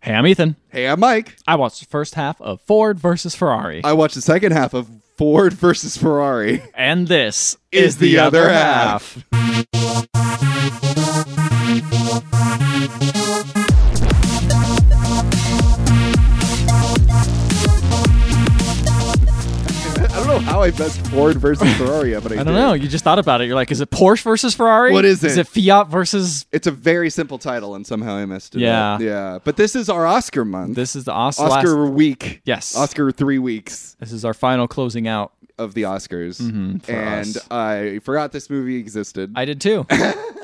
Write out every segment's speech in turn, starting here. Hey, I'm Ethan. Hey, I'm Mike. I watched the first half of Ford versus Ferrari, I watched the second half of Ford versus Ferrari. and this Is the other half. I don't know how I best Ford versus Ferrari up, but I, I don't did. know. You just thought about it. You're like, is it Porsche versus Ferrari? What is Is it? it Fiat versus? It's a very simple title, and somehow I messed it Yeah. up. Yeah. But this is our Oscar month. This is the Os- Oscar last- week. Yes. Oscar three weeks This is our final closing out. of the Oscars. Mm-hmm, for and us. I forgot this movie existed. I did too.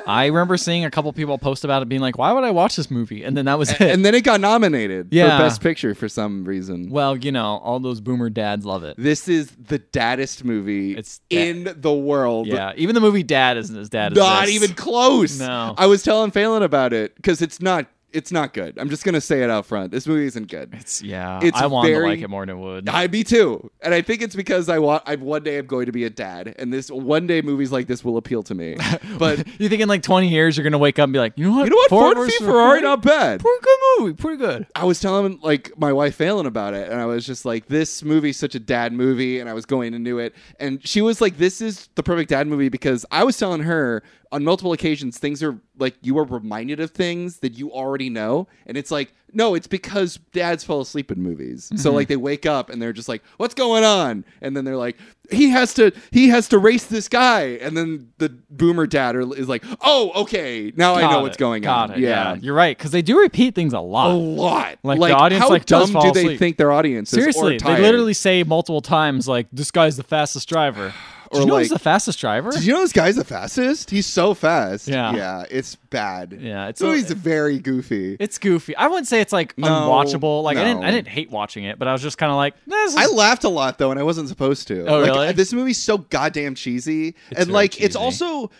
I remember seeing a couple people post about it, being like, "Why would I watch this movie?" And then that was it. and then it got nominated Yeah. for Best Picture for some reason. well, you know, all those boomer dads love it. This is the daddest movie It's da- in the world. Yeah, even the movie Dad isn't as dad as Not this. even close. No. I was telling Phelan about it because it's not it's not good. I'm just gonna say it out front. This movie isn't good. It's, yeah, It's I wanted very- to like it more than it would. I me too. And I think it's because I want I one day I'm going to be a dad and this one day movies like this will appeal to me. But you think in like 20 years you're gonna wake up and be like, you know what? you know what? Ford, v versus Ferrari, not bad. pretty good movie, pretty good. I was telling like my wife Phelan about it, and I was just like, "This movie's such a dad movie," and I was going into it, and she was like, "This is the perfect dad movie," because I was telling her on multiple occasions things are like you are reminded of things that you already know, and it's like, no, it's because dads fall asleep in movies, Mm-hmm. so like they wake up and they're just like, "What's going on?" and then they're like, "He has to, he has to race this guy," and then the boomer dad are, is like, "Oh, okay, now I know Got what's it, going got on." It, yeah. you're right because they do repeat things a lot. a lot. Like, the audience, how like, does dumb fall do they asleep. think their audience is? or Seriously, they tired? literally say multiple times like, "This guy's the fastest driver," or Or you know he's like- the fastest driver. Did you know this guy's the fastest? He's so fast. Yeah. yeah, it's bad. Yeah, it's so a- he's very goofy. It's goofy. I wouldn't say it's like No, unwatchable. Like I didn't, I no. didn't hate watching it, but I was just kind of like, "This is I laughed a lot though, and I wasn't supposed to. Oh, like, really? This movie's so goddamn cheesy, and very like it's cheesy. also,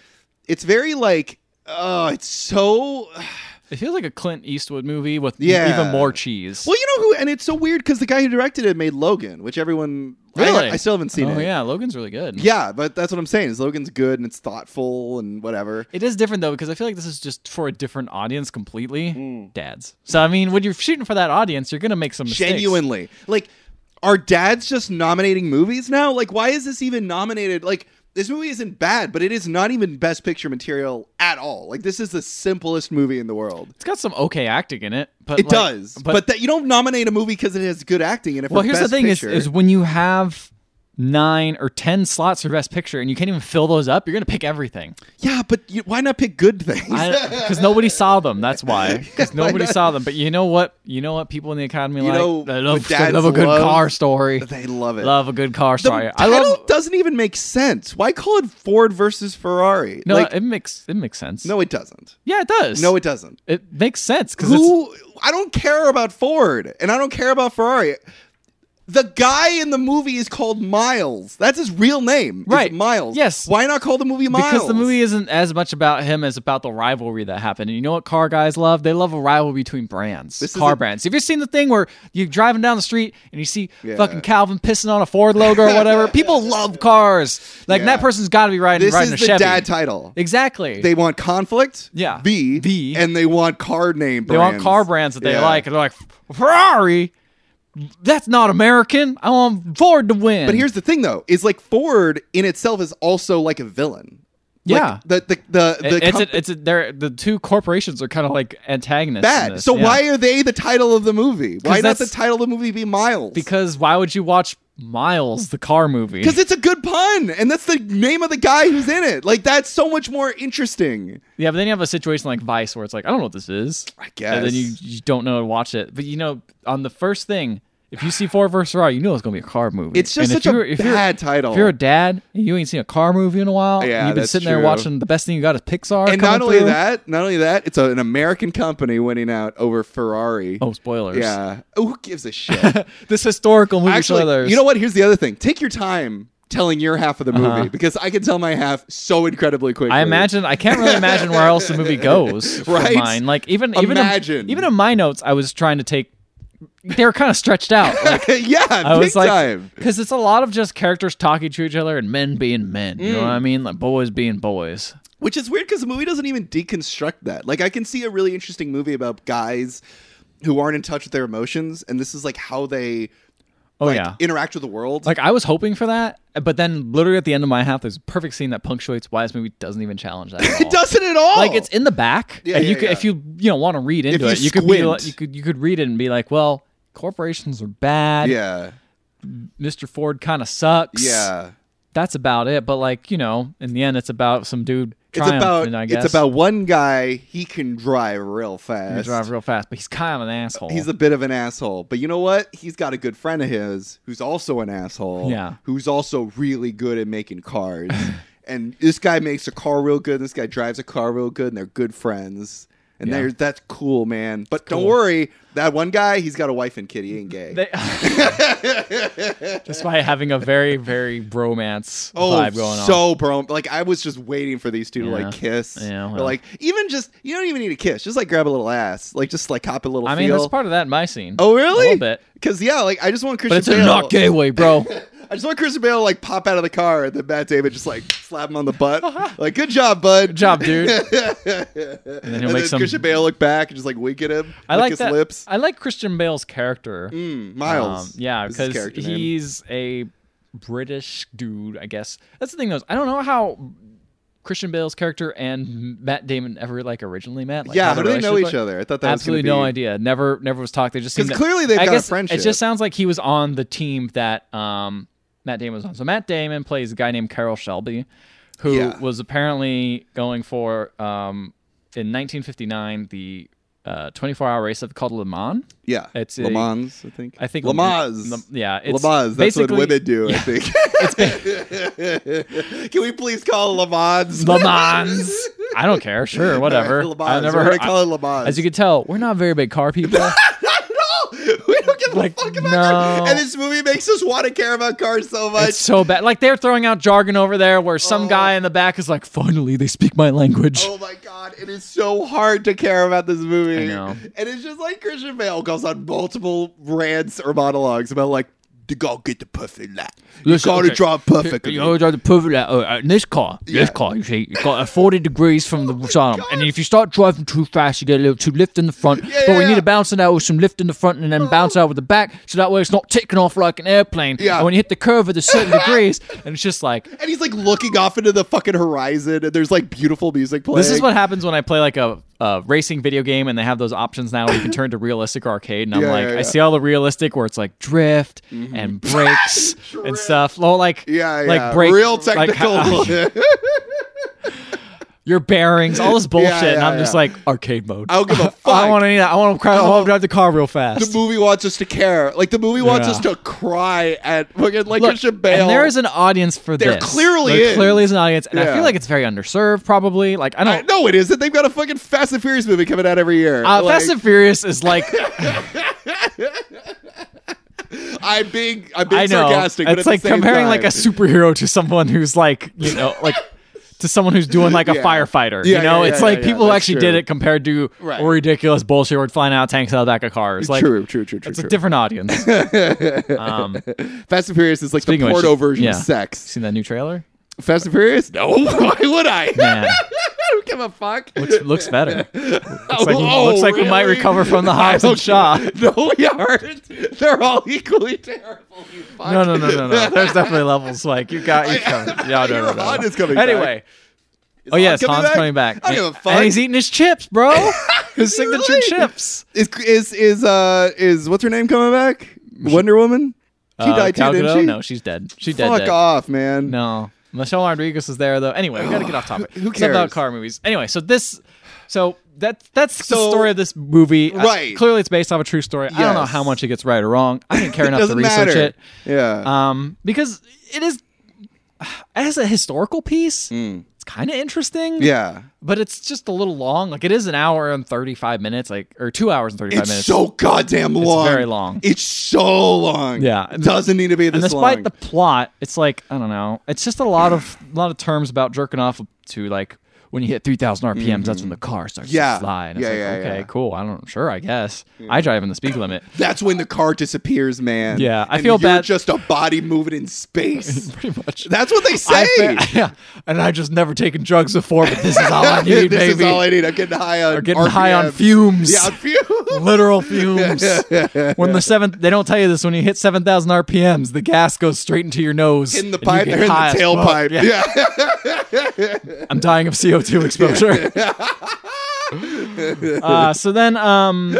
it's very like, oh, it's so. It feels like a Clint Eastwood movie with Yeah. even more cheese. Well, you know who, and it's so weird because the guy who directed it made Logan, which everyone I- Really? I, still haven't seen oh it. yeah, Logan's really good. yeah, but that's what I'm saying. Is Logan's good and it's thoughtful and whatever. It is different though because I feel like this is just for a different audience completely. Mm. Dads. So I mean, when you're shooting for that audience, you're gonna make some mistakes. genuinely like are dads just nominating movies now like why is this even nominated like this movie isn't bad but it is not even best picture material at all like this is the simplest movie in the world It's got some okay acting in it, but it like- does but, that you don't nominate a movie because it has good acting and if well, here's the thing: is, picture, is when you have nine or ten slots for best picture, and you can't even fill those up, you're gonna pick everything yeah but you, why not pick good things because nobody saw them. That's why because nobody saw them. But you know what? You know what? People in the academy like know they love, what they dads love a good love? car story. they love it Love a good car the story. I title love. doesn't even make sense why call it ford versus ferrari No, like it makes it makes sense. no it doesn't yeah, it does. no it doesn't it makes sense because it's who I don't care about Ford and I don't care about Ferrari. The guy in the movie is called Miles. That's his real name. It's Right. Miles. Yes. Why not call the movie Miles? Because the movie isn't as much about him as about the rivalry that happened. And you know what car guys love? They love a rivalry between brands, This is car a- brands. Have you seen the thing where you're driving down the street and you see Yeah. fucking Calvin pissing on a Ford logo or whatever? People love cars. Like Yeah. that person's got to be riding This riding is a the Chevy. dad title. exactly. They want conflict. Yeah. V. V. And they want car name brands. They want car brands that they Yeah. like, and they're like Ferrari. That's not American. I want Ford to win. But here's the thing though, is like Ford in itself is also like a villain. Like, Yeah. the the the, the It- it's comp- a, it's a, they're the two corporations are kind of like antagonists. in bad. this, So yeah. why are they the title of the movie? Why not the that's- title of the movie be Miles? Because why would you watch Miles, the car movie? Because it's a good pun, and that's the name of the guy who's in it. Like that's so much more interesting. yeah, but then you have a situation like Vice where it's like, I don't know what this is. I guess. And then you, you don't know to watch it. But you know, on the first thing, if you see Ford versus Ferrari, you know it's going to be a car movie. It's just And if such a you're- if you're- bad title. If you're a dad and you ain't seen a car movie in a while, Yeah, and you've been that's sitting there true. watching the best thing you got is Pixar. and not coming only through. that, not only that, it's an American company winning out over Ferrari. Oh, spoilers. yeah. Oh, who gives a shit? This historical movie Actually, spoilers. you know what? Here's the other thing. Take your time telling your half of the movie because I can tell my half so incredibly quickly. Uh-huh. I imagine I can't really imagine where else the movie goes. for Right? Mine. Like even even in- Imagine. even in my notes, I was trying to take. They were kind of stretched out. Like, yeah, I big was like, time. because it's a lot of just characters talking to each other and men being men. You know Mm. what I mean? Like boys being boys. Which is weird because the movie doesn't even deconstruct that. Like, I can see a really interesting movie about guys who aren't in touch with their emotions, and this is like how they Oh like, yeah. interact with the world. like I was hoping for that, but then literally at the end of my half, there's a perfect scene that punctuates why this movie doesn't even challenge that. At it all. doesn't at all. Like it's in the back, Yeah, and you yeah, could, yeah. if you you know want to read into you it, you could be, squint. like- you could you could read it and be like, well, corporations are bad. yeah, Mr. Ford kind of sucks. yeah. that's about it. But like you know, in the end, it's about some dude. It's about triumphing, I guess. it's about one guy. He can drive real fast. He drive real fast, but he's kind of an asshole. He's a bit of an asshole, but you know what? He's got a good friend of his who's also an asshole. Yeah. Who's also really good at making cars. and this guy makes a car real good. And this guy drives a car real good, and they're good friends. And Yeah. they're that's cool, man. But don't worry, that one guy, he's got a wife and kid. He ain't gay. They- despite having a very very bromance Oh, vibe going on. so bro! Like I was just waiting for these two to like Yeah. kiss, Yeah, Or, well. like even just you don't even need a kiss, just like grab a little ass, like just like cop a little. I mean, feel. that's part of that in my scene. Oh really? A little bit. Because yeah, like I just want Christian But it's Bale. a not gay way, bro. I just want Christian Bale to, like pop out of the car and then Matt Damon just like slap him on the butt. Like, good job, bud. Good job, dude. And and then, he'll make some- Christian Bale look back and just like wink at him. I lick like his that. lips. I like Christian Bale's character. Mm, Miles. Um, yeah, is his because character name. he's a British dude, I guess. That's the thing, though. is I don't know how Christian Bale's character and Matt Damon ever like originally met. Like, yeah, how how their do they know relationship each was. other? I thought that Absolutely was gonna no be- idea. Never, never was talked. They just 'Cause seemed to- clearly they've I got a guess It friendship. just sounds like he was on the team that um, Matt Damon was on. So Matt Damon plays a guy named Carol Shelby, who Yeah. was apparently going for um, in 1959 the uh, 24-hour race called Le Mans. Yeah, It's Le a- Mans. I think. I think Le Mans. Lam- yeah, Le it's Mans. That's what basically- women do. I think. Can we please call Le Mans? Le Mans. I don't care. Sure, whatever. Le Mans. I never We're heard. gonna call it Le Mans. as you can tell, we're not very big car people. Not at all. We don't give Like, a fuck about no. cars. And this movie makes us want to care about cars so much. it's so bad. Like they're throwing out jargon over there, where some guy in the back is like, "Finally, they speak my language." oh my god, it is so hard to care about this movie. I know. And it's just like Christian Bale goes on multiple rants or monologues about like you gotta get the perfect lap. You Listen, gotta okay. draw perfectly. You always have to pivot out. Oh, uh, in this car, this Yeah. Oh car, you see, you've got a 40 degrees from the side. And if you start driving too fast, you get a little too lift in the front. but we yeah, need yeah. to bounce it out with some lift in the front and then bounce it out with the back. So that way it's not ticking off like an airplane. Yeah. And when you hit the curve of the certain degrees, and it's just like, and he's like looking off into the fucking horizon and there's like beautiful music playing. This is what happens when I play like a, a racing video game and they have those options now where you can turn to realistic or arcade. And I'm Yeah, like, yeah, yeah. I see all the realistic where it's like drift and brakes and stuff. Well, like, yeah, yeah. like brake, real like, technical. how- your bearings, all this bullshit. and yeah, I'm just yeah. like, arcade mode. I don't give a I fuck. want any of that. I want to cry. I want to drive the car real fast. the movie wants us to care. Like the movie wants Yeah. us to cry at fucking like Look, Christian Bale. And there is an audience for There this. clearly there is. clearly is an audience, and I Yeah. feel like it's very underserved. Probably, like I I- don't. no, it isn't. They've got a fucking Fast and Furious movie coming out every year. uh, Like, Fast and Furious is like I'm being, I'm being I know. sarcastic. it's but at the like same comparing time- like a superhero to someone who's like, you know, like to someone who's doing like a Yeah. firefighter. Yeah, you know, yeah, it's yeah, like yeah, people who that's actually true. did it compared to Right. ridiculous bullshit where flying out of tanks out of the back of cars. Like true, true, true, true. it's a true. different audience. um, Fast and Furious is like Speaking the of which, porno version yeah. of sex. seen that new trailer? Fast and Furious? No, why would I? Man. I don't give a fuck. Looks, looks better. Looks like, Oh, looks like we might really? recover from the highs and Shaw. No, we aren't. They're all equally terrible. You fuck. No, no, no, no, no. There's definitely levels. Like you got, you covered. Yeah, no, Your no, no, no. Han is coming back. Anyway, Is oh Han yes, Han's coming back. I don't give a And- fuck. And he's eating his chips, bro. his He really- signature chips. Is is is uh is what's her name coming back? Wonder Woman. She Uh, died too, Gal didn't Gadot? she? No, she's dead. She dead. Fuck dead. off, man. No, Michelle Rodriguez is there though. Anyway, we gotta get off topic. Who- who Something about cares? car movies. Anyway, so this, so that that's So- the story of this movie. I- Right. clearly, it's based off a true story. I don't know Yes. how much it gets right or wrong. I didn't care enough to Doesn't research matter. it. Yeah. Um, because it is as a historical piece, it's kind of interesting. Hmm. yeah. But it's just a little long. Like it is an hour and thirty five minutes, like or two hours and thirty five It's minutes. so goddamn long. very long. It's so long. Yeah. It doesn't need to be this and despite long. the plot, it's like I don't know. It's just a lot of a lot of terms about jerking off to like when you hit 3,000 RPMs, that's when the car starts Mm-hmm. Yeah. to slide. It's Yeah, like, yeah, okay, yeah. cool. I don't, sure, I guess. I drive in the speed limit. That's when the car disappears, man. Yeah, I And feel you're bad- Just a body moving in space. Pretty much. That's what they say. I fa- yeah, and I've just never taken drugs before, but this is all I need, this baby. is all I need. I'm getting high on. Or getting high on RPMs. fumes. Yeah, on fumes. Literal fumes. when the seventh, they don't tell you this. When you hit seven thousand RPMs, the gas goes straight into your nose. in the and you pipe, get they're in the high as fuck. tailpipe. Yeah, Yeah. I'm dying of CO2 exposure. uh, so then, um,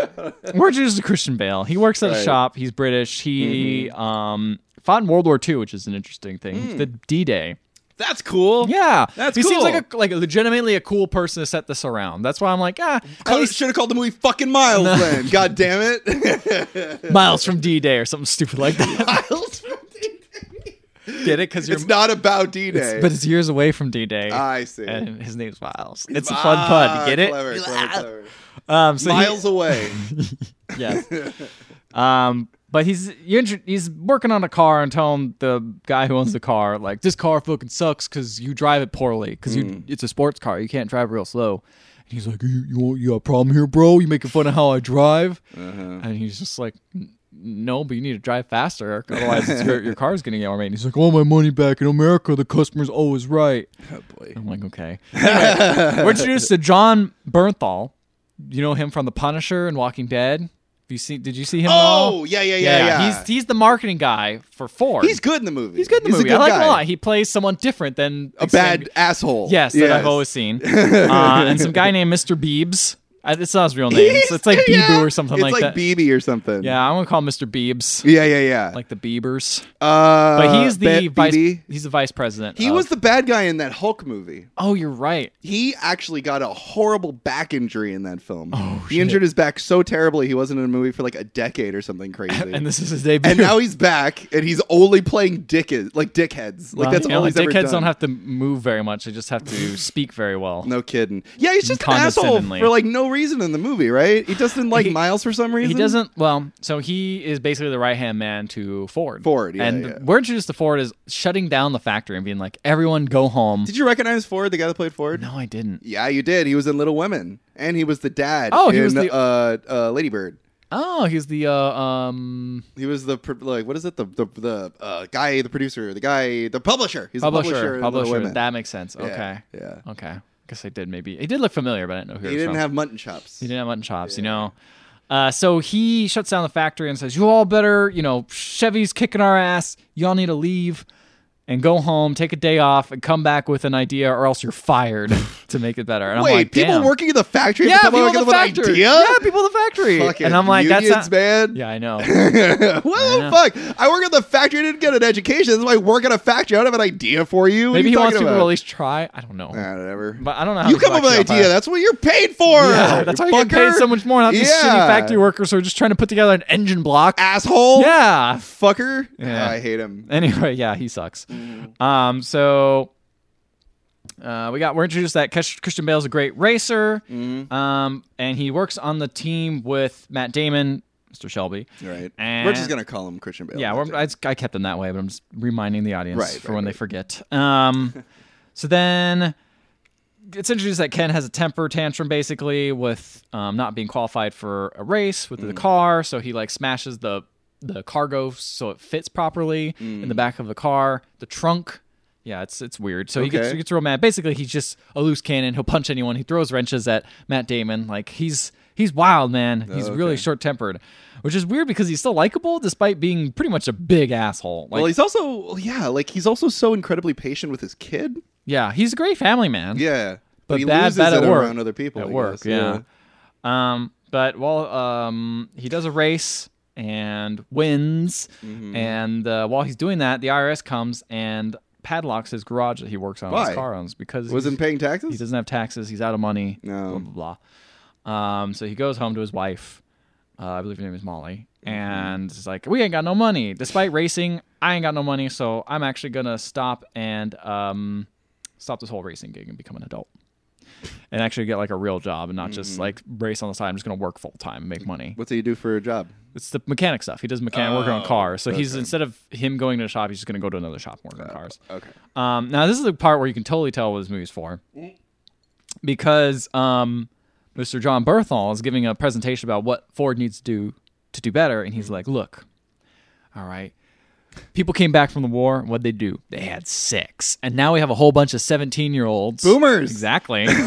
we're introduced to Christian Bale. He works at a Right. Mm-hmm. shop. He's British. He um, fought in World War II, which is an interesting thing. The D-Day. That's cool. Yeah, Hmm. That's he seems cool. like a like legitimately a cool person to set this around. That's why I'm like, ah, at I least should have called the movie fucking Miles then. God damn it. Miles from D Day or something stupid like that. Miles from D-Day. Get it? Because you're, It's not about D-Day. but it's years away from D Day. I see. Ah, And his name's Miles. It's a fun pun. Get it? Clever, clever, clever. Um, so he- Miles away. yes. um, but he's you're intro- he's working on a car and telling the guy who owns the car like this car fucking sucks because you drive it poorly because you it's a sports car you can't drive real slow. And he's like, you you, want, you got a problem here, bro? You making fun of how I drive? And he's just like. "N- No, but you need to drive faster, otherwise it's your, your car's gonna get more And He's like, "All my money back in America. The customer's always right." Oh, boy. I'm like, okay. Anyway, we're introduced to John Bernthal. You know him from The Punisher and Walking Dead. Have you seen? Did you see him? at all? Oh, yeah, yeah, yeah, yeah. He's he's the marketing guy for Ford. He's good in the movie. He's good in the He's movie. I A good like guy. him a lot. He plays someone different than A bad asshole. Yes, that I've always seen. Uh, and some guy named Mr. Beebs. I, it's not his real name. It's, it's like Beeboo yeah. or something it's like, that. like BB or something. yeah, I want to call him Mr. Beebs, Yeah, yeah, yeah. like the Biebers. uh, But he's the Be- vice. BB. He's the vice president. He of- was the bad guy in that Hulk movie. Oh, you're right. He actually got a horrible back injury in that film. Oh, he shit. injured his back so terribly he wasn't in a movie for like a decade or something crazy. And this is his debut. And now he's back, and he's only playing dickheads, like dickheads. Like Well, that's you know, all he's dickheads ever done. don't have to move very much. They just have to speak very well. no kidding. Yeah, he's just an asshole Condescendingly. for like no reason in the movie, right? He doesn't like He- Miles for some reason. He doesn't. Well, so he is basically the right hand man to Ford. Ford, yeah, and yeah. we're introduced to Ford as shutting down the factory and being like, "Everyone, go home." Did you recognize Ford, the guy that played Ford? no, I didn't. Yeah, you did. He was in Little Women, and he was the dad. Oh, he in, was the- uh, uh, Lady Bird. Oh, he's the uh, um He was the pro- like what is it the the, the uh, guy the producer the guy the publisher. He's publisher. the publisher. in Little Publisher. Women. That makes sense. Yeah, Okay. Yeah. Okay. I guess I did. Maybe he did look familiar, but I didn't know who He it was didn't from. have mutton chops. He didn't have mutton chops, you know. Uh, so he shuts down the factory and says, "You all better, you know, Chevy's kicking our ass. Y'all need to leave and go home, take a day off, and come back with an idea, or else you're fired." to make it better, and Wait, I'm like, people Damn. working in the factory yeah, have to come people up in the with an factory, idea. yeah, people in the factory, Fucking and I'm like, unions, that's not- man. yeah, I know. know. what the fuck? I work in the factory. I didn't get an education. This is why I work at a factory. I don't have an idea for you. What Maybe are he you wants talking people to about? at least try. I don't know, Nah, whatever. but I don't know. How you people come up with actually an got idea. fired. That's what you're paid for. yeah, that's why you get paid fucker. so much more. Not these shitty Yeah. factory workers who are just trying to put together an engine block. Asshole. Yeah, Fucker. Yeah. I hate him. Anyway, yeah, he sucks. Um, so uh, we got we're introduced that Kes- Christian Bale's a great racer, um, and he works on the team with Matt Damon, Mr. Shelby. Right. And- We're just gonna call him Christian Bale. Yeah, we're, I, I kept them that way, but I'm just reminding the audience Right, for right, when they forget. Um, so then it's introduced that Ken has a temper tantrum basically with um, not being qualified for a race Mm. with the car, so he like smashes the the cargo so it fits properly Mm. in the back of the car, the trunk. Yeah, it's it's weird. So he gets Okay. he gets real mad. Basically, he's just a loose cannon. He'll punch anyone. He throws wrenches at Matt Damon. Like he's he's wild, man. He's Oh, really short tempered, which is weird because he's still likable despite being pretty much a big asshole. Like, well, he's also yeah, like he's also so incredibly patient with his kid. yeah, he's a great family man. Yeah, But he bad- loses bad at it work. around other people. at I work. guess, Yeah. Um, but while um, he does a race and wins, Mm-hmm. and uh, while he's doing that, the IRS comes and padlocks his garage that he works on. Why? His car owns because he's- Wasn't paying he taxes. doesn't have taxes. He's out of money. No. Blah blah blah. Um, so he goes home to his wife. Uh, I believe her name is Molly, Mm-hmm. and it's like, "We ain't got no money. Despite racing, I ain't got no money. So I'm actually gonna stop and um, stop this whole racing gig and become an adult, and actually get like a real job and not Mm-hmm. just like race on the side. I'm just gonna work full time, and make money. What's he do for a job? It's the mechanic stuff. He does mechanic work Oh, on cars. So he's instead of him going to a shop, he's just gonna go to another shop and work on cars. Oh, Okay. Um, now this is the part where you can totally tell what this movie's for. because um, Mr. John Berthal is giving a presentation about what Ford needs to do to do better, and he's like, "Look, all right, people came back from the war. What'd they do? They had sex, and now we have a whole bunch of seventeen-year-olds, Boomers. exactly, who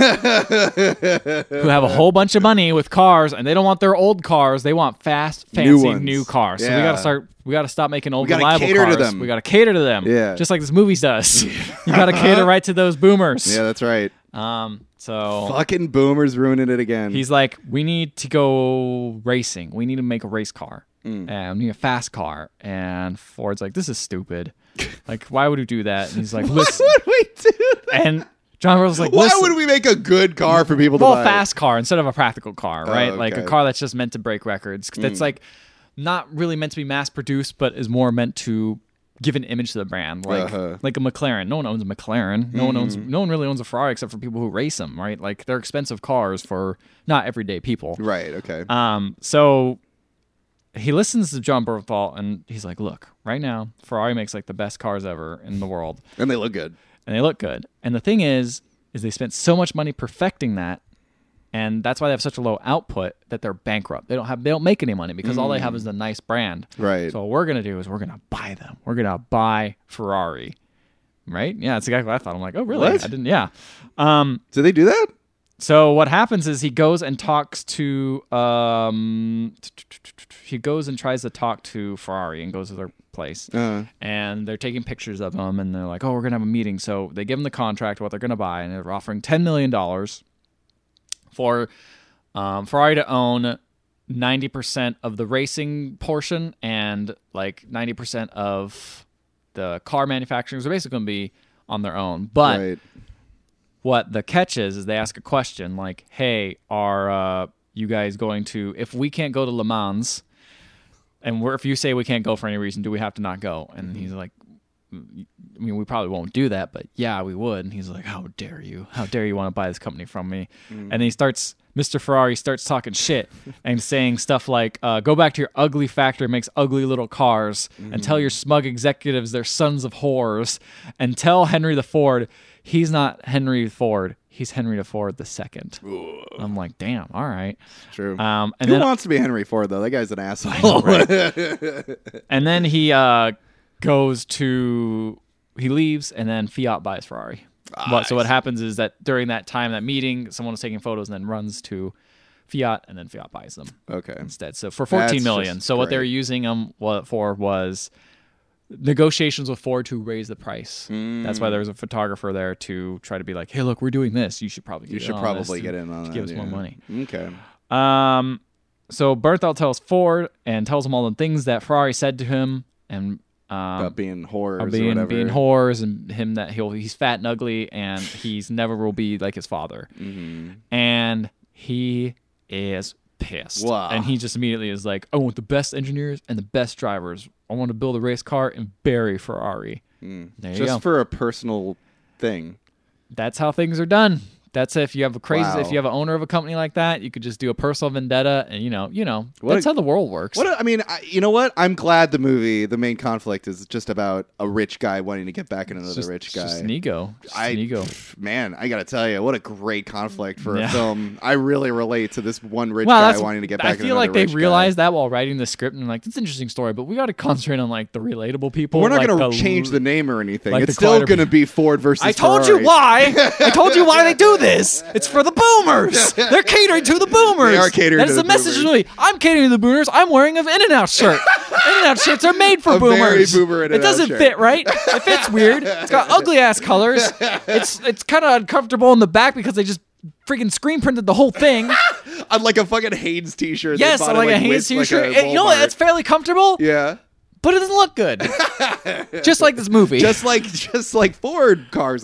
have a whole bunch of money with cars, and they don't want their old cars. They want fast, fancy, new, ones. cars. So we Yeah. gotta start. We gotta stop making old, gotta reliable cater to cars. them. We gotta cater to them. Yeah. just like this movie does. you gotta cater right to those boomers. Yeah, that's right. Um. So Fucking boomers ruining it again. He's like, we need to go racing. We need to make a race car. Mm. And we need a fast car. And Ford's like, this is stupid. Like, why would we do that? And he's like, listen. Why would we do that? and John Burrow's like, Why listen. would we make a good car for people to well, buy? a fast car instead of a practical car, right? Like a Oh, okay. Hmm. car that's just meant to break records. 'Cause That's like not really meant to be mass produced, but is more meant to give an image to the brand, like Uh-huh. Hmm. like a McLaren. No one owns a McLaren. No one owns. No one really owns a Ferrari except for people who race them, right? Like they're expensive cars for not everyday people. Right. Okay. Um, so he listens to John Bernthal and he's like, "Look, right now Ferrari makes like the best cars ever in the world, and they look good. and they look good. And the thing is, is they spent so much money perfecting that, and that's why they have such a low output that they're bankrupt. They don't have, they don't make any money because all they have is a nice brand. Right. So what we're gonna do is we're gonna buy them. We're gonna buy Ferrari." Right? Yeah, that's exactly what I thought. I'm like, oh, really? What? I didn't. Yeah. Um, Do they do that? so what happens is he goes and talks to um he goes and tries to talk to Ferrari and goes to their place. Uh, And they're taking pictures of him and they're like, "Oh, we're going to have a meeting." So they give him the contract what they're going to buy and they're offering 10 million dollars for um, Ferrari to own 90% of the racing portion and like 90% of the car manufacturers are basically going to be on their own. But right. what the catch is is they ask a question like, "Hey, are uh, you guys going to? If we can't go to Le Mans, and we're, if you say we can't go for any reason, do we have to not go?" And he's like, "I mean, we probably won't do that, but yeah, we would." And he's like, "How dare you? How dare you want to buy this company from me?" And then he starts. Mr. Ferrari starts talking shit and saying stuff like, uh, "Go back to your ugly factory, makes ugly little cars, and tell your smug executives they're sons of whores, and tell Henry the Ford he's not Henry Ford, he's Henry the Ford the second. I'm like, damn, all right. True. Um, and Who then wants to be Henry Ford though? That guy's an asshole. and then he uh, goes to he leaves, and then Fiat buys Ferrari. Ah, What, so what happens is that during that time, that meeting, someone was taking photos and then runs to Fiat, and then Fiat buys them. okay. instead. So for That's fourteen million. just So what they were great. using them wa- for was negotiations with Ford to raise the price. Mm. That's why there was a photographer there to try to be like, "Hey, look, we're doing this. You should probably get You in should on this probably to- get in on to that. give us more yeah. money." Okay. Um, so Berthel tells Ford and tells him all the things that Ferrari said to him and um, About being whores or being whatever. being whores and him that he'll he's fat and ugly and he's never will be like his father. Mm-hmm. And he is pissed. Wow. And he just immediately is like, I want the best engineers and the best drivers. I want to build a race car and bury Ferrari. There you Mm. Just go. for a personal thing. That's how things are done. That's if you have a crazy Wow. if you have an owner of a company like that, you could just do a personal vendetta and you know, you know, What that's a- how the world works. What a, I mean, I, you know what? I'm glad the movie, the main conflict is just about a rich guy wanting to get back at another It's just, rich it's guy. Just an ego. It's just I, an ego. pff, man, I gotta tell you, what a great conflict for Yeah. a film. I really relate to this one rich Wow, guy that's, wanting to get I back. at feel like another they rich guy. realized that while writing the script and like, it's an interesting story, but we got to concentrate on like the relatable people. we're not like, gonna change the name or anything. like it's the still quieter gonna be Ford versus. I told you Ferrari. why. I told you why they do this. It's for the boomers. They're catering to the boomers. They are catering That to is the the message boomers. to me. I'm catering to the boomers. I'm wearing an In-N-Out shirt. In-N-Out shirts are made for A very boomers. boomer In-N-Out it doesn't shirt. fit right. It fits weird. It's got ugly ass colors. It's it's kind of uncomfortable in the back because they just freaking screen printed the whole thing. I'm like a fucking Haynes T-shirt. they Yes, bought or at, like, a Wix, Haynes like t-shirt. a And you know what? Walmart. It's fairly comfortable, yeah. but it doesn't look good. Just like this movie. Just like just like Ford cars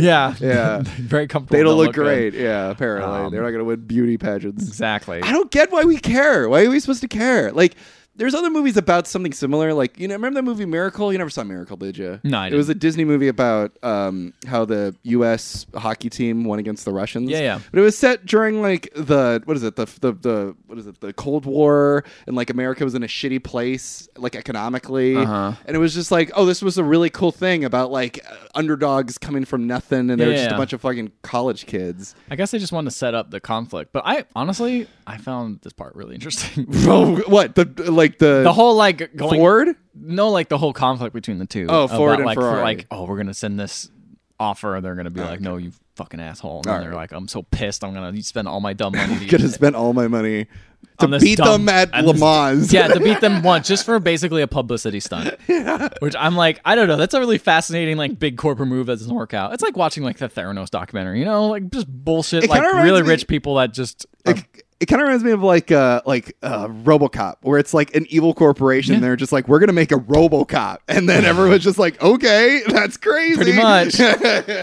yeah, Yeah. Very comfortable. They don't don't look, good. great. Yeah, Um, apparently. They're not going to win beauty pageants. Exactly. I don't get why we care. Why are we supposed to care? Like There's other movies about something similar. Like you know, remember that movie Miracle? You never saw Miracle, did you? No, I it was a Disney movie about um, how the U.S. hockey team won against the Russians. Yeah, yeah. But it was set during like the what is it the the, the what is it the Cold War and like America was in a shitty place like economically, Uh-huh. and it was just like oh this was a really cool thing about like uh, underdogs coming from nothing and they were Yeah, just yeah. a bunch of fucking college kids. I guess I just wanted to set up the conflict, but I honestly I found this part really interesting. Bro, what the like the, the whole like going Ford? no like the whole conflict between the two. Oh, about, Ford and like, for, Ferrari. Oh, Like oh, we're gonna send this offer, and they're gonna be like, no, you fucking asshole. And then All they're right. like, I'm so pissed. I'm gonna spend all my dumb money. to Could use have it." spent all my money On to this beat dumb- them at on Le this- Mans. yeah, to beat them once just for basically a publicity stunt. Which I'm like, I don't know. That's a really fascinating, like, big corporate move that doesn't work out. It's like watching, like, the Theranos documentary, you know? Like, just bullshit, It like, kinda reminds really me- rich people that just. are- it, it kind of reminds me of like uh like uh RoboCop where it's like an evil corporation they're just like we're going to make a RoboCop and then everyone's just like okay that's crazy pretty much. uh,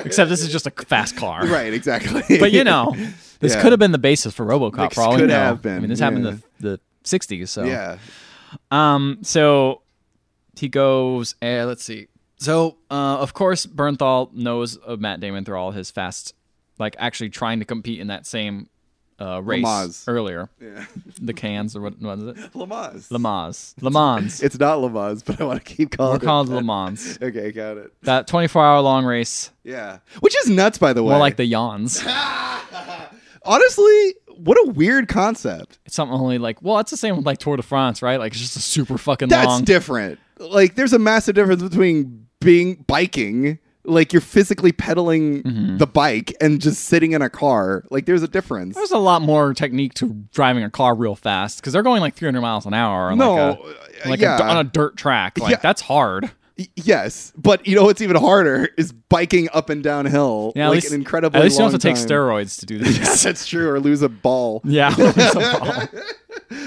except this is just a fast car. right exactly But, you know, this Yeah. could have been the basis for Robocop, This for all we could know. have been, I mean, this happened yeah. in the, the 60s, so. yeah Um, so he goes, eh, let's see. So, uh, of course, Bernthal knows of Matt Damon through all his fast, like actually trying to compete in that same uh, race Mans. earlier. yeah The cans or what, what is it? Le Mans Le Mans. Le Mans. it's not Le Mans but I want to keep calling We're called it Le Mans. that. okay got it That 24 hour long race, yeah which is nuts by the way more like the yawns. honestly what a weird concept It's something only like, well, it's the same with like Tour de France, right? Like it's just a super fucking That's long. different. Like, there's a massive difference between being biking, like you're physically pedaling Mm-hmm. the bike, and just sitting in a car. Like, there's a difference. There's a lot more technique to driving a car real fast because they're going like 300 miles an hour. On No, like a, uh, like yeah. a, on a dirt track. Like Yeah. that's hard. Y- yes, but you know what's even harder is biking up and downhill, Yeah, at like least, an incredibly. At least you don't long have to take time. steroids to do this. That's true, or lose a ball. yeah,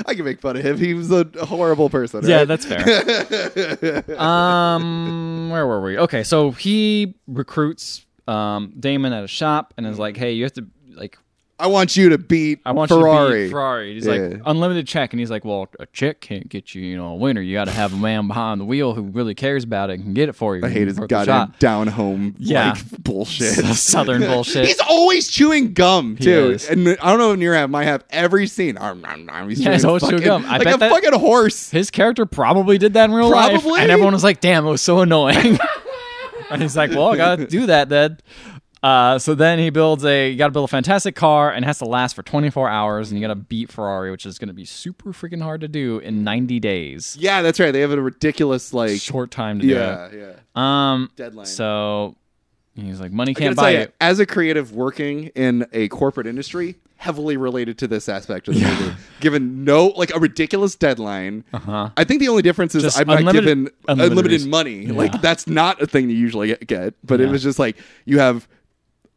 I can make fun of him. He was a horrible person. yeah, right? that's fair. um, where were we? Okay, so he recruits um Damon at a shop and is like, "Hey, you have to like." I want you to beat I want you to Ferrari. be Ferrari. He's Yeah. like unlimited check, and he's like, "Well, a check can't get you, you know, a winner. You got to have a man behind the wheel who really cares about it and can get it for you." I hate his Worth a goddamn shot. down home Yeah. like bullshit. southern bullshit. He's always chewing gum too, is. and I don't know if Near might have every scene. Nom, nom, nom, he's Yeah, he's chewing always chewing fucking- gum. I like bet a that- fucking horse. his character probably did that in real life, Probably. and everyone was like, "Damn, it was so annoying." and he's like, "Well, I gotta do that then." Uh, so then he builds a you gotta build a fantastic car and it has to last for 24 hours, and you gotta beat Ferrari, which is gonna be super freaking hard to do in 90 days. Yeah, that's right. They have a ridiculous like. Short time to Yeah, yeah. do. it. Um, Deadline. So he's like, "Money I gotta can't buy tell you, it." as a creative working in a corporate industry, heavily related to this aspect of the movie. Given no like a ridiculous deadline. Uh-huh. I think the only difference is Just I'm not unlimited- given unlimited, unlimited res- money. Like that's not a thing you usually get- get. But it was just like you have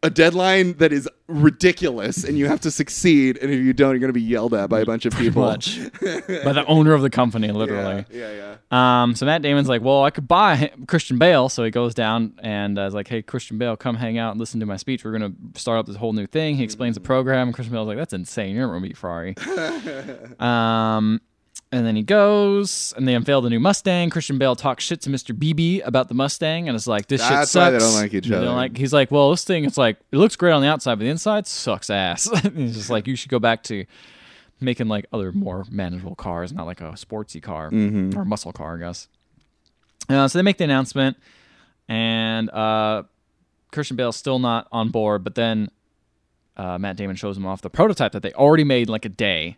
a deadline that is ridiculous and you have to succeed and if you don't you're going to be yelled at by a bunch of people. Much by the owner of the company, literally. Yeah, yeah, yeah. Um, so Matt Damon's like, well, I could buy him- Christian Bale. So he goes down and uh, is like, hey, Christian Bale, come hang out and listen to my speech. We're going to start up this whole new thing. He explains the program. Christian Bale's like, that's insane. You're not going to beat Ferrari. um, and then he goes and they unveil the new Mustang. Christian Bale talks shit to Mr. BB about the Mustang and is like, this shit That's sucks. why they don't like each They don't other. like- he's like, well, this thing, it's like, it looks great on the outside, but the inside sucks ass. And he's just like, you should go back to making like other more manageable cars, not like a sportsy car Mm-hmm. or a muscle car, I guess. Uh, so they make the announcement, and uh, Christian Bale's still not on board. But then uh, Matt Damon shows him off the prototype that they already made in like a day,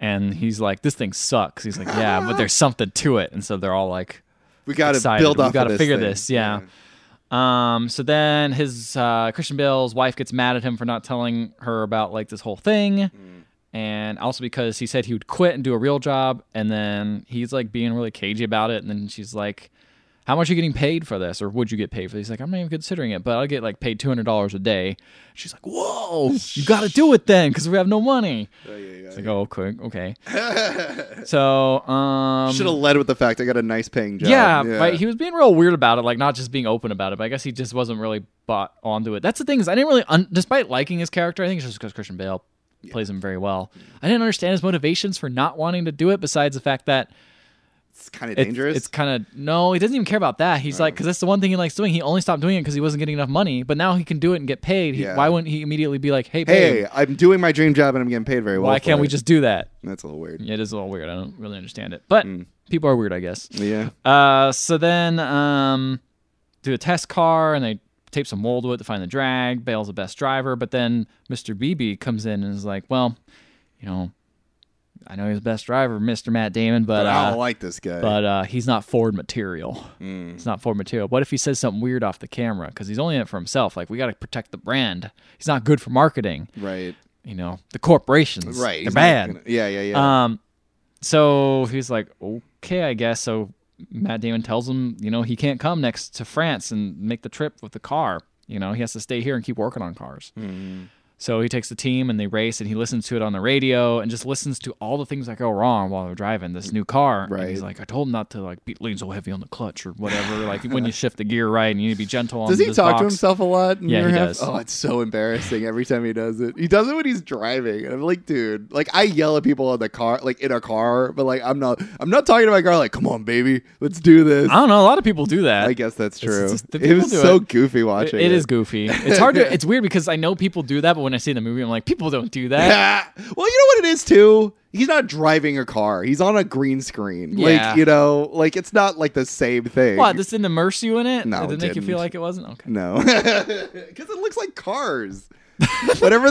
and he's like, "This thing sucks." He's like, "Yeah, but there's something to it," and so they're all like We got to excited. build we off got to of this figure thing. this, yeah. Um, so then his uh, Christian Bale's wife gets mad at him for not telling her about like this whole thing, Mm. and also because he said he would quit and do a real job, and then he's like being really cagey about it, and then she's like, "How much are you getting paid for this, or would you get paid for this?" He's like, "I'm not even considering it, but I'll get like paid two hundred dollars a day." She's like, "Whoa, you got to do it then, because we have no money." Yeah, yeah, yeah. It's like, "Oh, quick, okay." so, um, Should have led with the fact I got a nice paying job. yeah, but he was being real weird about it, like not just being open about it. But I guess he just wasn't really bought onto it. That's the thing is, I didn't really, un- despite liking his character, I think it's just because Christian Bale plays him very well. I didn't understand his motivations for not wanting to do it, besides the fact that it's kind of It's- dangerous. Oh. It's kind of no. He doesn't even care about that. He's like, because that's the one thing he likes doing. He only stopped doing it because he wasn't getting enough money. But now he can do it and get paid. He, Yeah. Why wouldn't he immediately be like, hey, babe, hey, I'm doing my dream job and I'm getting paid very well. why for can't we it. just do that? That's a little weird. Yeah, it is a little weird. I don't really understand it, but Hmm. people are weird, I guess. Yeah. Uh, so then um, do a test car and they tape some mold to it to find the drag. Bale's the best driver, but then Mr. BB comes in and is like, well, you know, I know he's the best driver, Mr. Matt Damon, but Oh, I Hmm. uh, don't like this guy. but uh, he's not Ford material. He's not Ford material. What if he says something weird off the camera? Because he's only in it for himself. Like we got to protect the brand. He's not good for marketing. right. You know, the corporations. Right. they're he's not bad. gonna- yeah, yeah, yeah. Um, so he's like, okay, I guess. So Matt Damon tells him, you know, he can't come next to France and make the trip with the car. You know, he has to stay here and keep working on cars. Hmm. So he takes the team and they race and he listens to it on the radio and just listens to all the things that go wrong while they're driving this new car. And Right. he's like, I told him not to like be, lean so heavy on the clutch or whatever. like when you shift the gear right and you need to be gentle on does he this talk to box. himself a lot? in Yeah, your he half? does. Oh, it's so embarrassing every time he does it. He does it when he's driving. And I'm like, dude, like I yell at people in the car, like in a car, but like I'm not, I'm not talking to my car. Like, come on, baby, let's do this. I don't know. A lot of people do that. I guess that's It's- true. it's just the it people was do so it. goofy It- watching. it is goofy. It's hard to. It's weird because I know people do that, but when I see the movie, I'm like, people don't do that. well, you know what it is too. He's not driving a car. He's on a green screen. Yeah. Like you know, like it's not like the same thing. What? This didn't immerse you in it? No, It didn't it make you feel didn't. like it wasn't? Okay. No, because it looks like cars. Whatever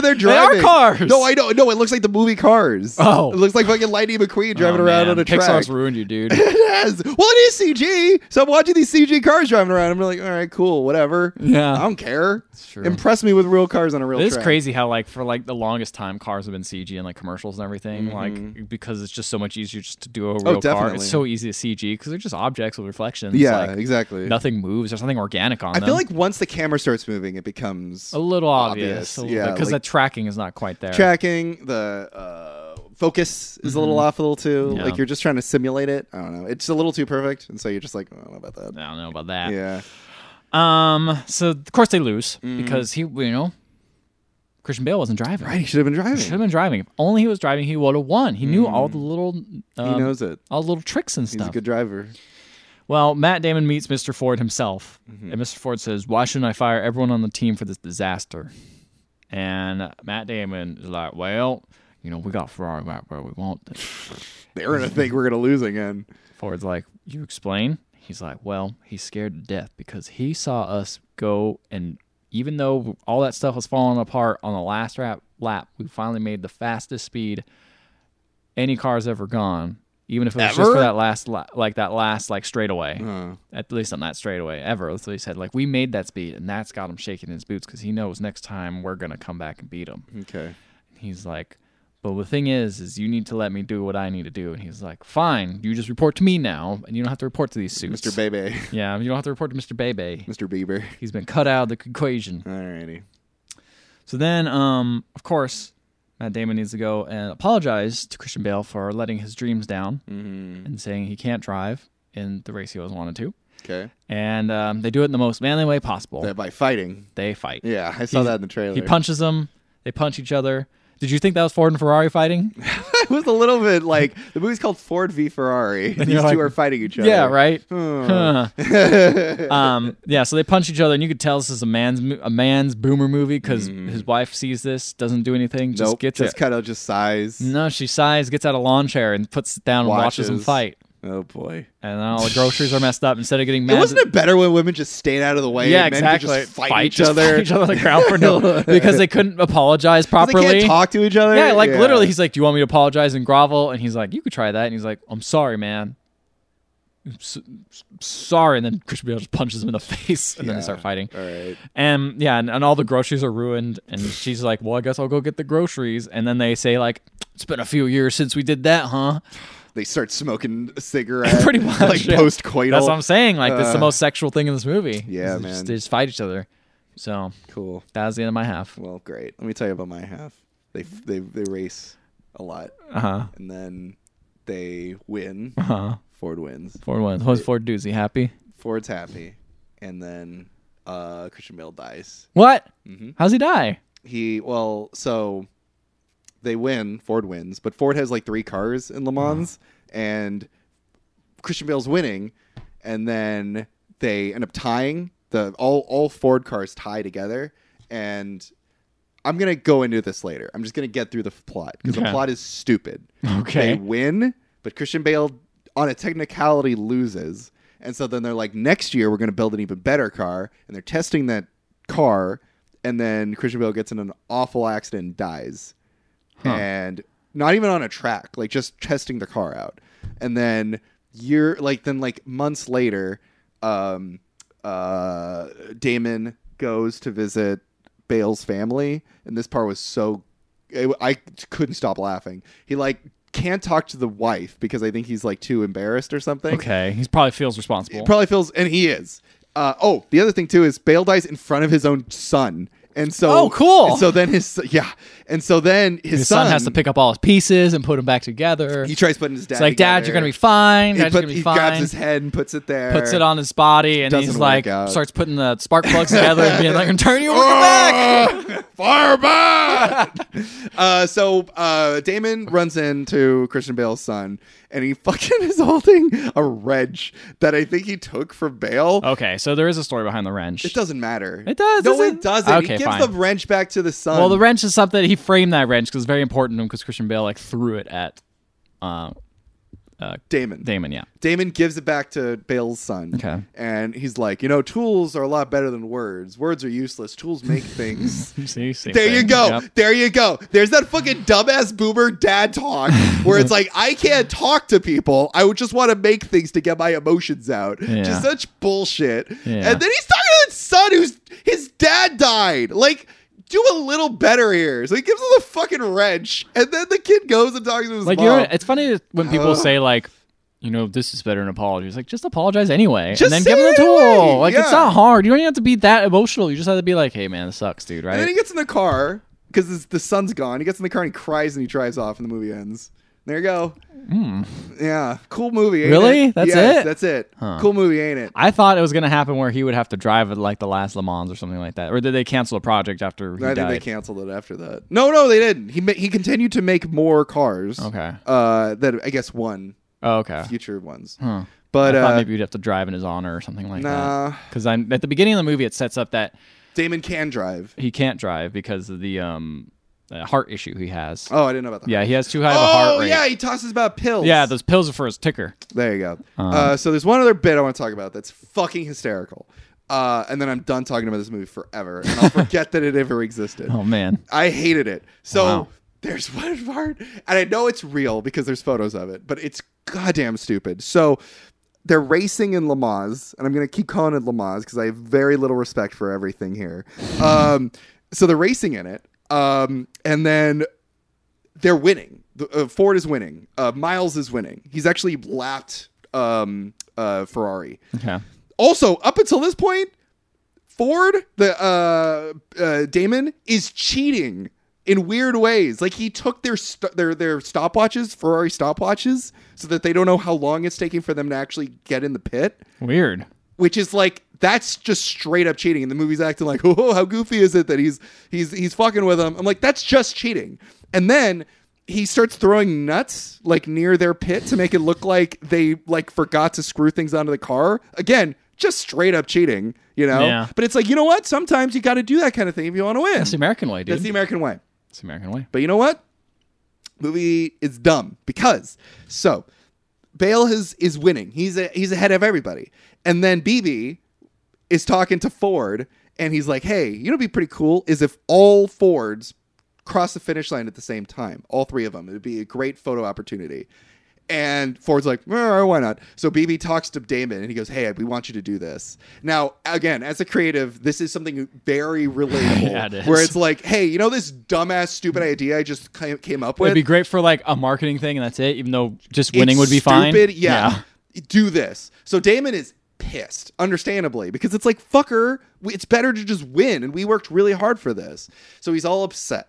they're are driving, cars. No, I know. No, it looks like the movie Cars. Oh. it looks like fucking Lightning McQueen driving Oh, around man. on a track. Pixar's ruined you, dude. it has. Well, it is CG. So I'm watching these CG cars driving around. I'm like, all right, cool, whatever. Yeah. I don't care. true. Impress me with real cars on a real. It is track. crazy how like for like the longest time cars have been CG and like commercials and everything like because it's just so much easier just to do a real car. Mm-hmm. Oh, definitely. It's so easy to CG because they're just objects with reflections. Yeah, like, exactly. nothing moves. There's nothing organic on I them. feel like once the camera starts moving, it becomes a little obvious, obvious, yeah, because like- the tracking is not quite there. tracking. The uh, focus is a little off, a little too. Mm-hmm. Yeah. Like you're just trying to simulate it. I don't know. It's a little too perfect, and so you're just like, "Oh, I don't know about that. I don't know about that. Yeah, Mm-hmm. Um. So of course they lose because he, you know, Christian Bale wasn't driving. right. He should have been driving. Should have been driving. If only he was driving, he would have won. He knew all the little, um, Mm. he knows it. all the little tricks and He's stuff. a good driver. Well, Matt Damon meets Mr. Ford himself, Mm-hmm. and Mr. Ford says, "Why shouldn't I fire everyone on the team for this disaster?" And Matt Damon is like, "Well, you know, we got Ferrari right where we want." them." They're gonna think we're gonna lose again. Ford's like, "You explain." He's like, "Well, he's scared to death because he saw us go, and even though all that stuff was falling apart on the last lap, lap we finally made the fastest speed any car's ever gone, even if it was just Ever? for that last, la- like that last, like straightaway, at least on that straightaway ever." That's what he said. Like, we made that speed, and that's got him shaking in his boots because he knows next time we're gonna come back and beat him. Okay. He's like, but the thing is, is you need to let me do what I need to do. And he's like, fine, you just report to me now, and you don't have to report to these suits. Mr. Bebe. yeah, you don't have to report to Mr. Bebe. Mr. Bieber. He's been cut out of the equation. Alrighty. So then, um, of course, Matt Damon needs to go and apologize to Christian Bale for letting his dreams down and saying he can't drive in the race he always wanted to. Okay. And um, they do it in the most manly way possible. That by fighting. they fight. Yeah, I saw that in the trailer. Oh. He punches them. They punch each other. Did you think that was Ford and Ferrari fighting? it was a little bit like the movie's called Ford v Ferrari. These you're like, two are fighting each other. Yeah, right. Hmm. Huh. um, yeah, so they punch each other, and you could tell this is a man's mo- a man's boomer movie because his wife sees this, doesn't do anything, just Mm-hmm. Nope. gets just it. kind of just sighs. no, she sighs, gets out a lawn chair, and puts it down and watches, them Watches. fight. Oh boy. And then all the groceries are messed up. Instead of getting mad, It wasn't it better when women just stayed out of the way? yeah, and men exactly. Could just fight, each just other. fight each other on the ground for no because they couldn't apologize They properly. can't talk to each other. Yeah, like literally, he's like, "Do you want me to apologize and grovel?" And he's like, "You could try that." And he's like, "I'm sorry, man. I'm so- sorry." And then Christian Bale just punches him in the face, and then they Yeah. start fighting. All right. And yeah, and, and all the groceries are ruined. And she's like, "Well, I guess I'll go get the groceries." And then they say like, "It's been a few years since we did that, huh?" They start smoking a cigarette. Pretty much, Like yeah. post coital. That's what I'm saying. Like, it's the Uh, most sexual thing in this movie. Yeah, They just- man. they just fight each other. So Cool. that was the end of my half. Well, great. Let me tell you about my half. They they they race a lot, Uh huh. and then they win. Uh huh. Ford wins. Ford wins. Was Ford doozy happy? Ford's happy, and then uh, Christian Bale dies. What? Mm-hmm. How's he die? He well, so they win. Ford wins, but Ford has like three cars in Le Mans, and Christian Bale's winning, and then they end up tying. The all all Ford cars tie together, and I'm gonna go into this later. I'm just gonna get through the f- plot because the Okay. plot is stupid. Okay. They win, but Christian Bale on a technicality loses, and so then they're like, next year we're gonna build an even better car, and they're testing that car, and then Christian Bale gets in an awful accident and dies, and not even on a track, like just testing the car out, and then year like then like months later, um, uh, Damon goes to visit Bale's family, and this part was so it, I couldn't stop laughing. He like can't talk to the wife because I think he's like too embarrassed or something. Okay. He probably feels responsible. It probably feels, and he is. Uh, oh, the other thing too is Bale dies in front of his own son, and so Oh, cool. and so then his yeah, and so then his, His son, has to pick up all his pieces and put them back together. He tries putting his dad. it's like, Dad, you're together. gonna be fine. He, Dad's put- gonna he be fine. grabs his head and puts it there. puts it on his body, and Doesn't he's like, work out. starts putting the spark plugs together and being like, "I'm turning you back." Fire back! uh, so uh, Damon runs into Christian Bale's son, and he fucking is holding a wrench that I think he took from Bale. Okay, so there is a story behind the wrench. Oh. It doesn't matter. Oh, It does, No, does it it? doesn't. he Okay, gives fine. the wrench back to the son. Well, the wrench is something he framed that wrench because it's very important to him because Christian Bale like threw it at uh, Damon. Damon. Yeah, Damon gives it back to Bale's son. Okay. And he's like, you know, tools are a lot better than words. Words are useless. Tools make things. see, same There you thing. go. Yep. There you go. There's that fucking dumbass boomer dad talk where it's like, I can't talk to people. I would just want to make things to get my emotions out. Yeah. Just such bullshit. Yeah. And then he's talking to his son who's his dad died. Like, do a little better here. So he gives him the fucking wrench. And then the kid goes and talks to his Like mom. you know, it's funny when uh, people say like, you know, this is better than apology. It's like just apologize anyway, Just and then say give them it the tool. anyway. Like Yeah. it's not hard. You don't even have to be that emotional. You just have to be like, hey man, this sucks, dude. And then he Right? gets in the car because the sun's gone. He gets in the car and he cries and he drives off, and the movie ends. There you go. Yeah, cool movie. ain't Hmm. Really? it? That's Yes, it? That's it. Cool movie, ain't it? I thought it was gonna happen where he would have to drive at like the last Le Mans or something like that, or did they cancel a project after he I think died? they canceled it after that. No, no, they didn't. He ma- he continued to make more cars. Okay. Uh, that I guess won Oh, okay. future ones. Huh. But I thought uh, maybe you'd have to drive in his honor or something like Nah. that. Because I'm at the beginning of the movie, it sets up that Damon can drive. he can't drive because of the um uh, heart issue he has. Oh, I didn't know about that. Yeah, he has too high of a Oh heart rate. yeah, he tosses about pills. Yeah, those pills are for his ticker. There you go. uh, so there's one other bit I want to talk about that's fucking hysterical. Uh, and then I'm done talking about this movie forever, and I'll forget that it ever existed. Oh man. I hated it. So Wow. there's one part, and I know it's real because there's photos of it, but it's goddamn stupid. So they're racing in Lamaze, and I'm gonna keep calling it Lamaze because I have very little respect for everything here. Um, so they're racing in it, um, and then they're winning. The, uh, Ford is winning. Uh, Miles is winning. He's actually lapped um, uh, Ferrari. Okay. Also, up until this point, Ford, the uh, uh, Damon, is cheating in weird ways. Like he took their st- their their stopwatches, Ferrari stopwatches, so that they don't know how long it's taking for them to actually get in the pit. Weird. Which is like that's just straight up cheating. And the movie's acting like, oh, how goofy is it that he's he's he's fucking with them? I'm like, that's just cheating. And then. He starts throwing nuts like near their pit to make it look like they like forgot to screw things onto the car. Again, just straight up cheating, you know. Yeah. But it's like, you know what? Sometimes you got to do that kind of thing if you want to win. That's the American way, dude. That's the American way. It's the American way. But you know what? Movie is dumb because so Bale is is winning. He's a, he's ahead of everybody, and then BB is talking to Ford, and he's like, "Hey, you know, what'd be pretty cool is if all Fords cross the finish line at the same time, all three of them. It'd be a great photo opportunity." And Ford's like, "All right, why not? So BB talks to Damon and he goes, Hey, we want you to do this. Now, again, as a creative, this is something very relatable. Yeah, it is. Where it's like, Hey, you know, this dumbass, stupid idea I just ca- came up with? It'd be great for like a marketing thing, and that's it. Even though just winning It's would be fine. Stupid, yeah. Do this. So Damon is pissed, understandably, because it's like fucker. we- It's better to just win, and we worked really hard for this. So he's all upset.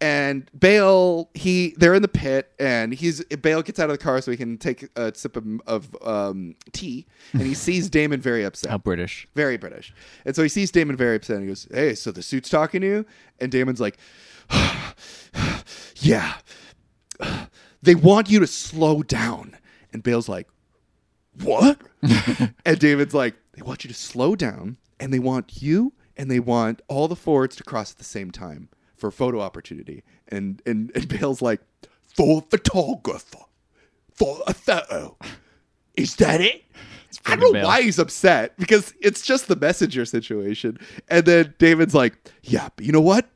And Bale, he they're in the pit, and he's Bale gets out of the car so he can take a sip of, of um, tea, and he sees Damon very upset How British. very British. And so he sees Damon very upset and he goes, Hey, so the suit's talking to you? And Damon's like, Yeah, they want you to slow down. And Bale's like, what? and David's like, they want you to slow down and they want you and they want all the forwards to cross at the same time for photo opportunity. And and, and Bale's like, for photographer, for a photo. Is that it? I pretty don't know Bale. why he's upset because it's just the messenger situation. And then David's like, yeah, but you know what?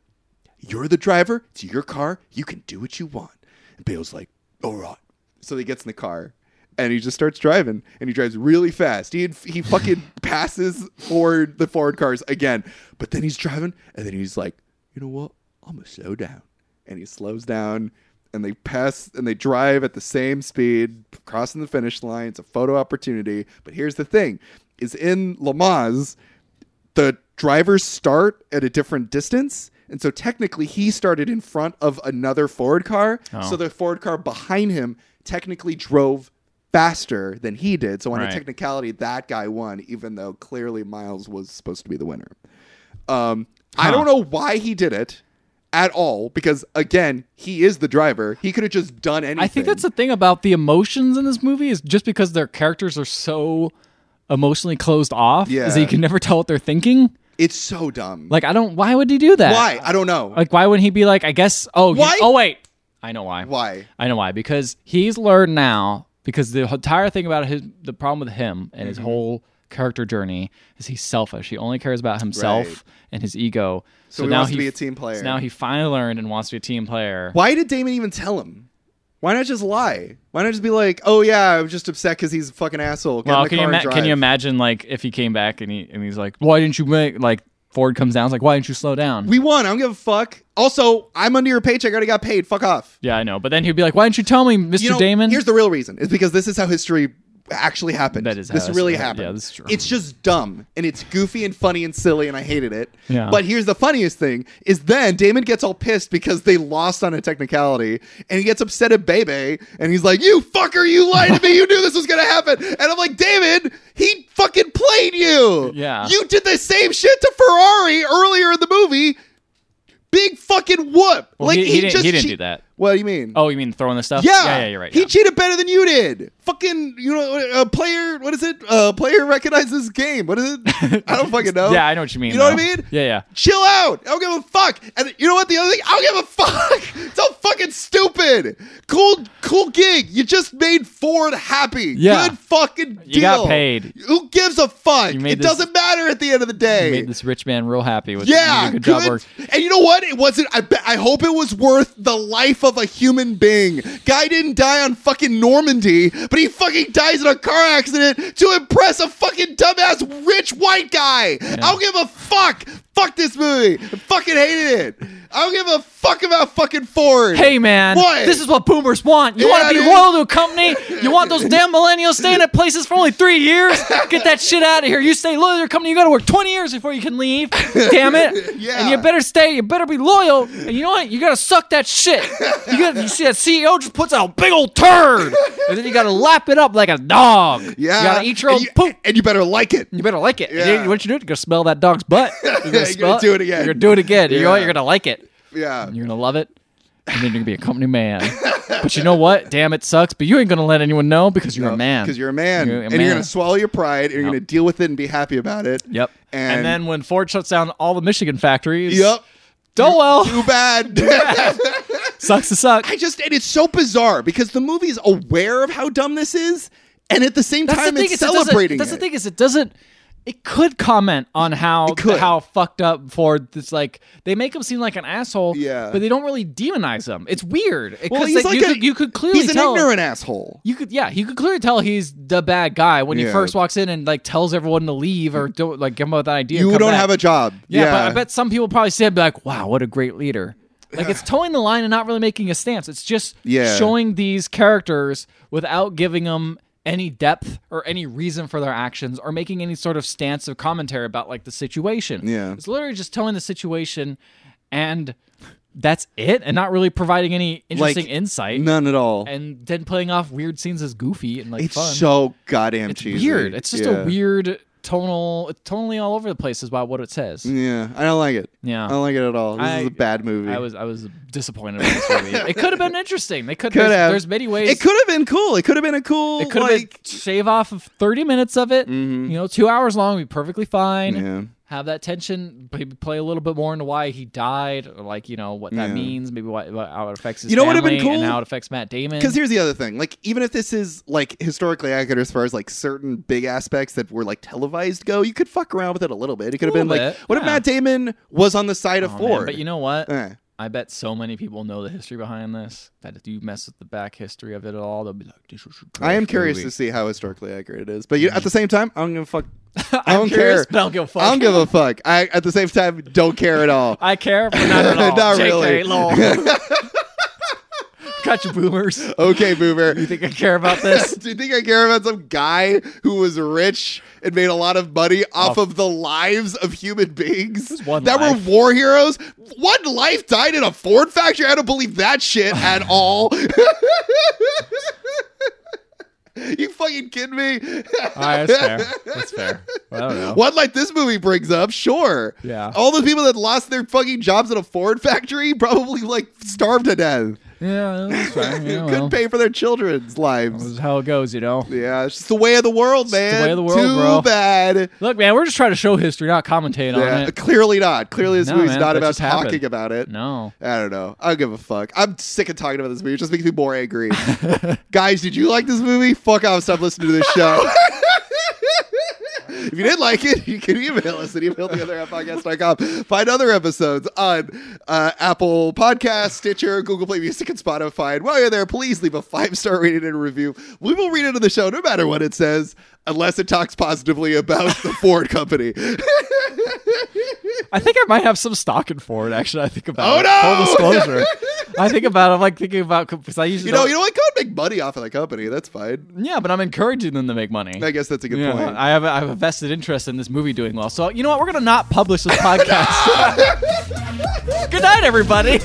You're the driver. It's your car. You can do what you want. And Bale's like, all right. So he gets in the car and he just starts driving and he drives really fast. He he fucking passes forward the Ford cars again. But then he's driving and then he's like, you know what? I'm going to slow down. And he slows down and they pass and they drive at the same speed, crossing the finish line. It's a photo opportunity. But here's the thing is in Le Mans, the drivers start at a different distance. And so technically, he started in front of another Ford car. Oh. So the Ford car behind him technically drove faster than he did. So on a Right. technicality, that guy won, even though clearly Miles was supposed to be the winner. Um, I Huh. don't know why he did it at all because again, he is the driver. He could have just done anything. I think that's the thing about the emotions in this movie is just because their characters are so emotionally closed off, Yeah. is that you can never tell what they're thinking. it's so dumb. Like, uh, I don't. Why would he do that? why? I don't know. Like, why wouldn't he be like, I guess? Oh, you- Why? oh, wait. I know why. why? I know why. Because he's learned now. Because the entire thing about his, the problem with him and Mm-hmm. his whole character journey is he's selfish. He only cares about himself Right. and his ego. So, he now wants to he be a team player. So now he finally learned and wants to be a team player. Why did Damon even tell him? Why not just lie? Why not just be like, "Oh yeah, I'm just upset because he's a fucking asshole." Get in Well, the can you car and ima- can drive." you imagine like if he came back and he and he's like, why didn't you make like Ford comes down? It's like, why didn't you slow down? We won. I don't give a fuck. Also, I'm under your paycheck. I already got paid. Fuck off. yeah, I know. But then he'd be like, why didn't you tell me, Mister You know, Damon? Here's the real reason. It's because this is how history actually happened. That is how this it's- really yeah, happened. this is true. It's just dumb and it's goofy and funny and silly and I hated it. Yeah. But here's the funniest thing is then Damon gets all pissed because they lost on a technicality and he gets upset at Bebe and he's like, You fucker, you lied to me, you knew this was gonna happen. And I'm like, David, he fucking played you. Yeah. You did the same shit to Ferrari earlier in the movie. Big fucking whoop. Well, like he- he didn't- he didn't che- do that. What do you mean? oh, you mean throwing the stuff? Yeah, yeah, you're right. He yeah. cheated better than you did. Fucking, you know, a player. What is it? A player recognizes game. What is it? I don't fucking know. Yeah, I know what you mean. You know what I though. mean? Yeah, yeah. Chill out. I don't give a fuck. And you know what? The other thing, I don't give a fuck. It's all fucking stupid. Cool, cool gig. You just made Ford happy. Yeah. Good fucking deal. You got paid. Who gives a fuck? You made It this- doesn't matter at the end of the day. made this rich man real happy with Yeah, you did a good, job good- work. And you know what? It wasn't. I bet. I hope it was worth the life of a human being. Guy didn't die on fucking Normandy, but he fucking dies in a car accident to impress a fucking dumbass rich white guy. I don't give a fuck. Fuck this movie. I fucking hated it. I don't give a fuck about fucking Ford. Hey man, What? this is what boomers want. You Yeah, want to dude. be loyal to a company? You want those damn millennials staying at places for only three years? Get that shit out of here. You stay loyal to your company, you got to work 20 years before you can leave. Damn it. Yeah. And you better stay, you better be loyal. And you know what? You got to suck that shit. You, gotta, you see that CEO just puts out a big old turd. And then you got to lap it up like a dog. Yeah. You got to eat your and own you, poop. and you better like it. You better like it. Yeah. You- What you do? You're gonna smell that dog's butt. You're gonna, You're smell gonna do it again. You're gonna do it again. You know what? Yeah. You're gonna like it. Yeah. You're gonna love it. And then you're gonna be a company man. but you know what? Damn, it sucks. But you ain't gonna let anyone know because you're a man. Because you're a man, You're a and man. you're gonna swallow your pride, and you're gonna deal with it and be happy about it. Yep. And, And, then when Ford shuts down all the Michigan factories, yep. Oh well, Too bad. sucks to suck. I just and it's so bizarre because the movie's aware of how dumb this is, and at the same That's time the thing. it's is it doesn't- celebrating. That's it. the thing is it doesn't. It could comment on how could. how fucked up Ford. It's like they make him seem like an asshole. Yeah. But they don't really demonize him. It's weird. It- Well, 'cause, he's like, like you, a- could, you could clearly He's an tell ignorant asshole. You could, yeah, you could clearly tell he's the bad guy when he Yeah. first walks in and like tells everyone to leave or don't like give him that idea. You come don't back. have a job. yeah, but I bet some people probably say be like, "Wow, what a great leader!" Like it's towing the line and not really making a stance. It's just Yeah. showing these characters without giving them any depth or any reason for their actions or making any sort of stance of commentary about like the situation. Yeah. it's literally just towing the situation and. That's it, and not really providing any interesting insight none at all. and then playing off weird scenes as goofy and like It's fun. so goddamn cheesy. weird. It's just Yeah. a weird tonal, it's tonally all over the place, is about what it says. Yeah, I don't like it. Yeah. Mm. I don't like it at all. This I- is a bad movie. I was I was disappointed with this movie. it could have been interesting. They could. Could There's, have. there's many ways. It could have been cool. It could have been a cool. It could have like, Mm-hmm. been shave off of 30 minutes of it. You know, two hours long would be perfectly fine. Yeah. Have that tension. Maybe play a little bit more into why he died, or like you know what that Yeah. means. Maybe why, why- how it affects his You know what family would've been and cool? how it affects Matt Damon. Because here's the other thing. Like, even if this is like historically accurate as far as like certain big aspects that were like televised go, you could fuck around with it a little bit. It could have been Little like, bit, what if yeah. Matt Damon was on the side of Oh, man, Ford? But you know what? Eh. I bet so many people know the history behind this that if you mess with the back history of it at all, they'll be like, "This was a I am trash curious movie." Mm-hmm. to see how historically accurate it is. But you, at the same time, I don't give a fuck. I I'm don't curious, care. but I don't give a fuck. I don't give a fuck. I at the same time don't care at all. I care, but not at all. JK, Not really. lol. Got you, boomers. Okay, boomer. You think I care about this? Do you think I care about some guy who was rich and made a lot of money off Oh. of the lives of human beings one that life. were war heroes? One life died in a Ford factory. I don't believe that shit at all. you fucking kidding me? All right, Ah, that's fair. That's fair. Well, I don't know. One like this movie brings up, sure. Yeah. All those people that lost their fucking jobs at a Ford factory probably like starved to death. Yeah, that's fair. Yeah, well, Couldn't pay for their children's lives. this is how it goes, you know. Yeah, it's just the way of the world, man. way of the world, Too bro. bad. Look, man, we're just trying to show history, not commentate on Yeah, it. clearly not. Clearly, this No, movie's man, not that about just happened. talking about it. No. I don't know. I don't give a fuck. I'm sick of talking about this movie. It just makes me more angry. Guys, did you like this movie? Fuck off. Stop listening to this show. if you did like it, you can email us at email the other half podcast.com. Find other episodes on uh, Apple Podcasts, Stitcher, Google Play Music, and Spotify. And while you're there, please leave a five star rating and review. We will read it on the show no matter what it says, unless it talks positively about the Ford company. I think I might have some stock in Ford, actually. I think about Oh, it. no! Full disclosure. I think about it. I'm like thinking about, because I usually you know, don't- you know what? Go and make money off of the company. That's fine. yeah, but I'm encouraging them to make money. I guess that's a good Yeah, point. I have, a, I have a vested interest in this movie doing well. So, you know what? We're going to not publish this podcast. Good night, everybody.